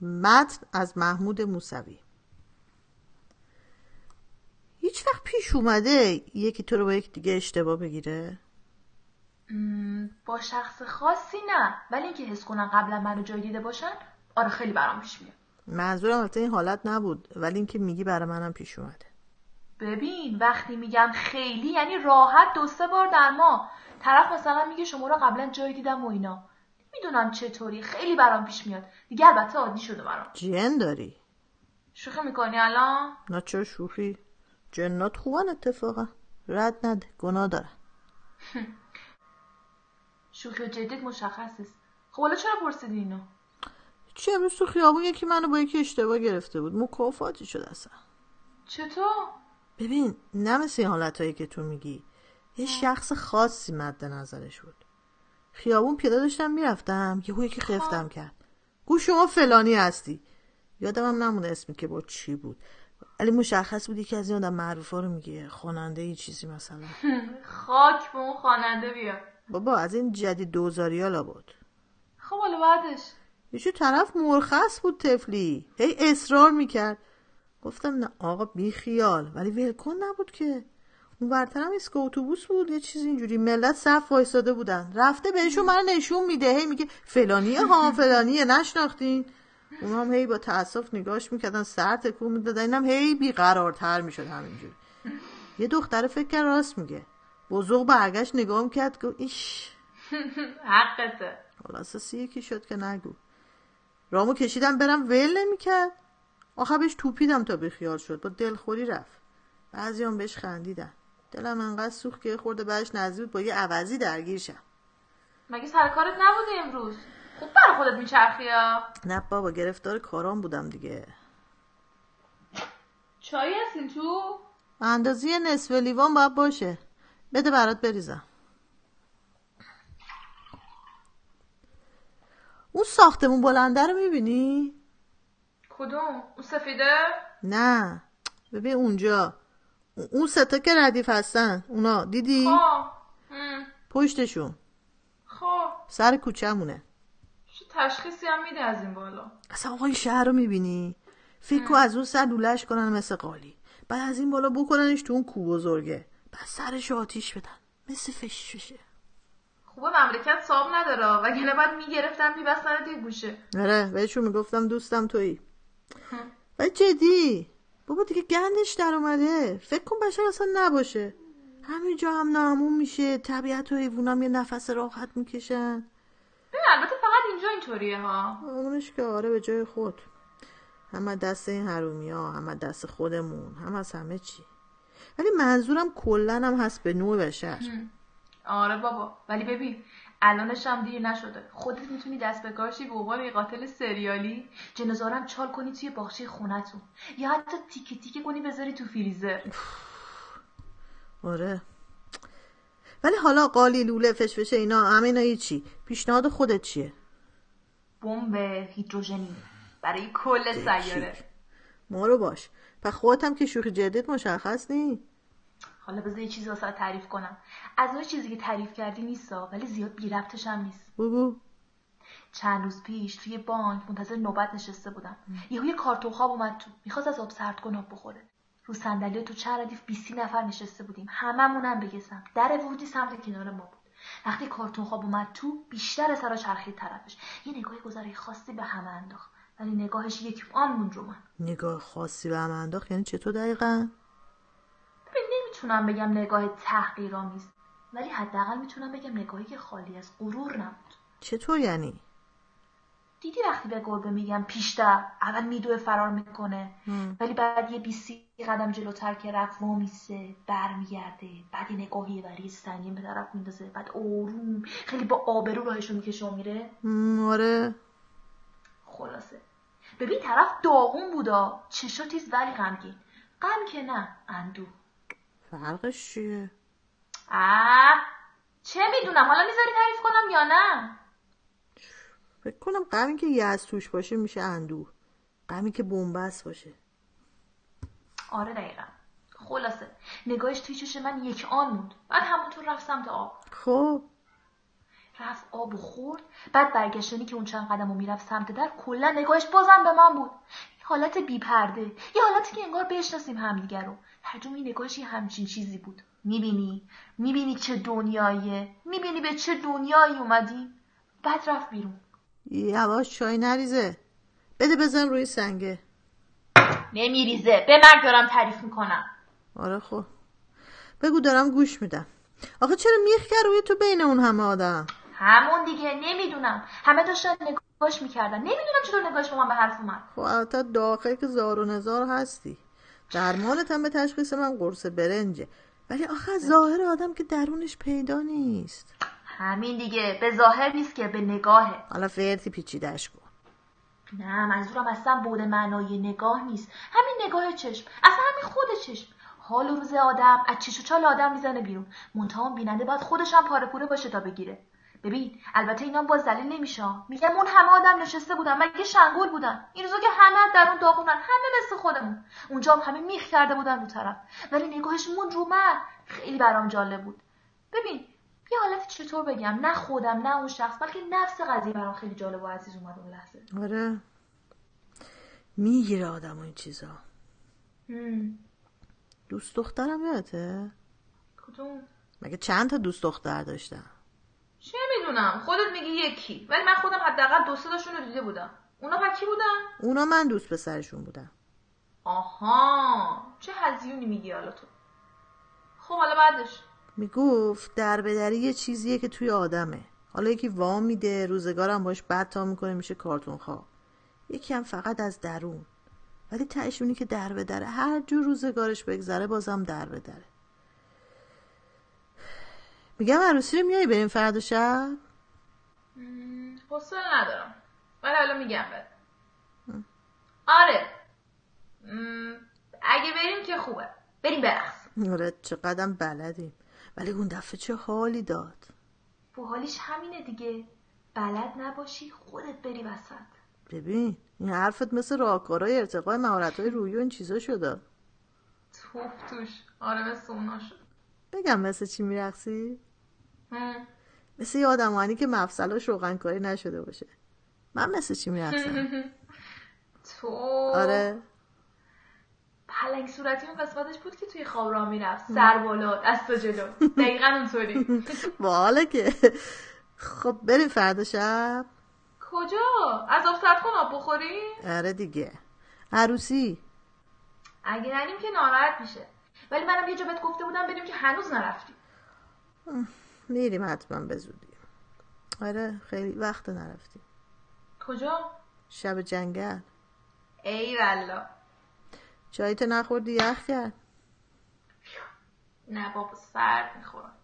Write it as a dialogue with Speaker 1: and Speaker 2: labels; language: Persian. Speaker 1: متن از محمود موسوی هیچ وقت پیش اومده یکی تو رو با یک دیگه اشتباه بگیره
Speaker 2: م، با شخص خاصی نه ولی اینکه حس کنن قبلا منو جای دیده باشن آره خیلی برام پیش میاد
Speaker 1: منظورم البته این حالت نبود ولی اینکه میگی برای منم پیش اومده
Speaker 2: ببین وقتی میگم خیلی یعنی راحت دو سه بار در ما طرف مثلا میگه شما رو قبلا جای دیدم و اینا میدونم چطوری خیلی برام پیش میاد دیگه البته عادی شده برام
Speaker 1: جن داری
Speaker 2: شوخی میکنی الان
Speaker 1: نه چه شوخی جنات خوبن اتفاقا رد نده گناه دارن
Speaker 2: شوخی و جدید مشخص است خب حالا چرا پرسیدی اینو
Speaker 1: چی امروز تو خیابون یکی منو با یکی اشتباه گرفته بود مکافاتی شد اصلا
Speaker 2: چطور
Speaker 1: ببین نه مثل این حالتهایی که تو میگی یه شخص خاصی مد نظرش بود خیابون پیاده داشتم میرفتم یهو یکی خفتم کرد گو شما فلانی هستی یادم هم نمونه اسمی که با چی بود ولی مشخص بود یکی از این آدم معروفا رو میگه خواننده یه چیزی مثلا
Speaker 2: خاک به اون خواننده بیا
Speaker 1: بابا از این جدید دوزاریا بود
Speaker 2: خب حالا بعدش
Speaker 1: یه طرف مرخص بود تفلی هی اصرار میکرد گفتم نه آقا بی خیال ولی ولکن نبود که اون برترم ایسکا اتوبوس بود یه چیز اینجوری ملت صف وایستاده بودن رفته بهشون من نشون میده هی میگه فلانیه ها فلانیه نشناختین اونا هم هی با تاسف نگاش میکردن سر تکون میدادن اینم هی بیقرارتر میشد همینجوری یه دختره فکر کرد راست میگه بزرگ برگشت نگاه کرد گفت ایش
Speaker 2: حقته
Speaker 1: خلاصه سی یکی شد که نگو رامو کشیدم برم ول نمیکرد آخه بهش توپیدم تا بیخیال شد با دلخوری رفت بعضی هم بهش خندیدن دلم انقدر سوخت که یه خورده بعدش نزدیک بود با یه عوضی درگیر شم
Speaker 2: مگه سر کارت نبوده امروز خوب برا خودت میچرخی ها
Speaker 1: نه بابا گرفتار کارام بودم دیگه
Speaker 2: چایی هستین تو
Speaker 1: اندازی نصف لیوان باید باشه بده برات بریزم اون ساختمون بلنده رو میبینی؟
Speaker 2: کدوم اون سفیده
Speaker 1: نه ببین اونجا اون- اون ستا که ردیف هستن اونا دیدی؟
Speaker 2: آه ام،
Speaker 1: پشتشون
Speaker 2: خب
Speaker 1: سر کوچهمونه
Speaker 2: چه تشخیصی هم میده از این بالا
Speaker 1: اصلا آقا این شهر رو میبینی فکر کن از اون سر لولش کنن مثل قالی بعد از این بالا بکننش تو اون کوه بزرگه بعد سرش رو آتیش بدن مثل فش فشه
Speaker 2: خوبه مملکت صاب نداره وگرنه بعد میگرفتن میبستن توی گوشه
Speaker 1: آره بهشون میگفتم دوستم تویی ولی جدی بابا دیگه گندش در اومده فکر کن بشر اصلا نباشه همینجا هم نامون میشه طبیعت و حیوانام یه نفس راحت میکشن
Speaker 2: ببین البته فقط اینجا اینطوریه ها
Speaker 1: اونش که آره به جای خود هم از دست این حرومی ها هم از دست خودمون هم از همه چی ولی منظورم کلا هم هست به نوع بشر
Speaker 2: آره بابا ولی ببین الانش هم دیر نشده خودت میتونی دست به کار شی به عنوان یه قاتل سریالی جنازه رو هم چال کنی توی باغچه خونتون یا حتی تیکه تیکه کنی بذاری تو فریزر
Speaker 1: آره ولی حالا قالی لوله فشفشه اینا همه اینا هیچی پیشنهاد خودت چیه
Speaker 2: بمب هیدروژنی برای کل سیاره
Speaker 1: شیک. ما رو باش و خودت هم که شوخی جدید مشخص نی
Speaker 2: حالا بذار یه چیزی واسه تعریف کنم از اون چیزی که تعریف کردی نیستا ولی زیاد بی ربطش هم نیست
Speaker 1: بگو
Speaker 2: چند روز پیش توی بانک منتظر نوبت نشسته بودم یهو یه کارتون خواب اومد تو میخواست از آب سرد کن آب بخوره رو صندلی تو چند ردیف بیستی نفر نشسته بودیم هممون هم به یه سمت در ورودی سمت کنار ما بود وقتی کارتون خواب اومد تو بیشتر سرا چرخید طرفش یه نگاه گذاره خاصی به همه انداخت ولی نگاهش یک آن موند رو من
Speaker 1: نگاه خاصی به هم انداخت یعنی چطور دقیقا
Speaker 2: ببین نمیتونم بگم نگاه تحقیرآمیز ولی حداقل میتونم بگم نگاهی که خالی از غرور نبود
Speaker 1: چطور یعنی
Speaker 2: دیدی وقتی به گربه میگم پیشتر اول میدوه فرار میکنه ولی بعد یه بیسی قدم جلوتر که رفت وامیسه برمیگرده بعد یه نگاهی برای سنگین به طرف میندازه بعد آروم خیلی با آبرو راهشو میکشه و میره
Speaker 1: م، آره
Speaker 2: خلاصه ببین طرف داغون بودا چشا تیز ولی غمگین غم که نه اندو
Speaker 1: فرقش چیه
Speaker 2: اه چه میدونم حالا میذاری تعریف کنم یا نه
Speaker 1: فکر کنم غمی که یه از توش باشه میشه اندوه غمی که بنبست باشه
Speaker 2: آره دقیقا خلاصه نگاهش توی چش من یک آن موند بعد همونطور رفت سمت آب
Speaker 1: خب
Speaker 2: رفت آب و خورد بعد برگشتنی که اون چند قدم رو میرفت سمت در کلا نگاهش بازم به من بود یه حالت بیپرده یه حالتی که انگار بشناسیم همدیگه رو هرجوم این نگاهش یه همچین چیزی بود میبینی میبینی چه دنیاییه میبینی به چه دنیایی اومدی بعد رفت بیرون
Speaker 1: یواش چای نریزه بده بزن روی سنگه
Speaker 2: نمیریزه به مرگ دارم تعریف میکنم
Speaker 1: آره خب بگو دارم گوش میدم آخه چرا میخ کرد روی تو بین اون همه آدم
Speaker 2: همون دیگه نمیدونم همه داشتن نگاهش میکردن نمیدونم چطور نگاهش با من به حرف اومد
Speaker 1: خب البته داخل که زار و نزار هستی درمانت هم به تشخیص من قرص برنجه ولی آخه از ظاهر آدم که درونش پیدا نیست
Speaker 2: همین دیگه به ظاهر نیست که به نگاهه
Speaker 1: حالا فرتی پیچیدش کن
Speaker 2: نه منظورم اصلا بود معنای نگاه نیست همین نگاه چشم اصلا همین خود چشم حال و روز آدم از چش و چال آدم میزنه بیرون منتها اون بیننده باید خودش هم پاره پوره باشه تا بگیره ببین البته اینا باز دلیل نمیشه میگم اون همه آدم نشسته بودن مگه شنگول بودن این روزا که همه در اون داغونن همه مثل خودمون اونجا هم همه میخ کرده بودن رو طرف ولی نگاهش مون رو من خیلی برام جالب بود ببین یه حالت چطور بگم نه خودم نه اون شخص بلکه نفس قضیه برام خیلی جالب و عزیز اومد اون لحظه
Speaker 1: آره میگیره آدم این چیزا
Speaker 2: هم.
Speaker 1: دوست دخترم یادته
Speaker 2: کدوم
Speaker 1: مگه چند تا دوست دختر داشتم
Speaker 2: چه میدونم خودت میگی یکی ولی من خودم حداقل دو سه تاشون رو دیده بودم اونا با کی بودن
Speaker 1: اونا من دوست پسرشون بودم
Speaker 2: آها چه هزیونی میگی حالا تو خب حالا بعدش
Speaker 1: میگفت در بدری یه چیزیه که توی آدمه حالا یکی وام میده روزگارم باش بد تا میکنه میشه کارتون خواب یکی هم فقط از درون ولی تهشونی که در به دره هر جور روزگارش بگذره بازم در به دره میگم عروسی رو میای بریم فردا شب
Speaker 2: مم، حوصله ندارم ولی حالا میگم بهت آره مم، اگه بریم که خوبه بریم برقص
Speaker 1: آره چقدرم بلدیم ولی اون دفعه چه حالی داد
Speaker 2: با حالیش همینه دیگه بلد نباشی خودت بری وسط
Speaker 1: ببین این حرفت مثل راهکارهای ارتقای مهارتهای روی و این چیزا شده
Speaker 2: توف توش آره مثل اونا شد
Speaker 1: بگم مثل چی میرقصی مثل یه آدمانی که مفصلاش روغنکاری نشده باشه من مثل چی میرقصم
Speaker 2: تو
Speaker 1: آره
Speaker 2: پلنگ صورتی اون قسمتش بود که توی خواب را میرفت سر بالا دست و جلو دقیقا اونطوری
Speaker 1: باحاله که خب بریم فردا شب
Speaker 2: کجا از آب سرد کن آب بخوری
Speaker 1: آره دیگه عروسی
Speaker 2: اگه نریم که ناراحت میشه ولی منم یه جا بهت گفته بودم بریم که هنوز نرفتی
Speaker 1: میریم حتما به زودی آره خیلی وقت نرفتیم
Speaker 2: کجا
Speaker 1: شب جنگل
Speaker 2: ای والا
Speaker 1: چایی تو نخوردی یخ کرد
Speaker 2: نه بابا سرد میخورم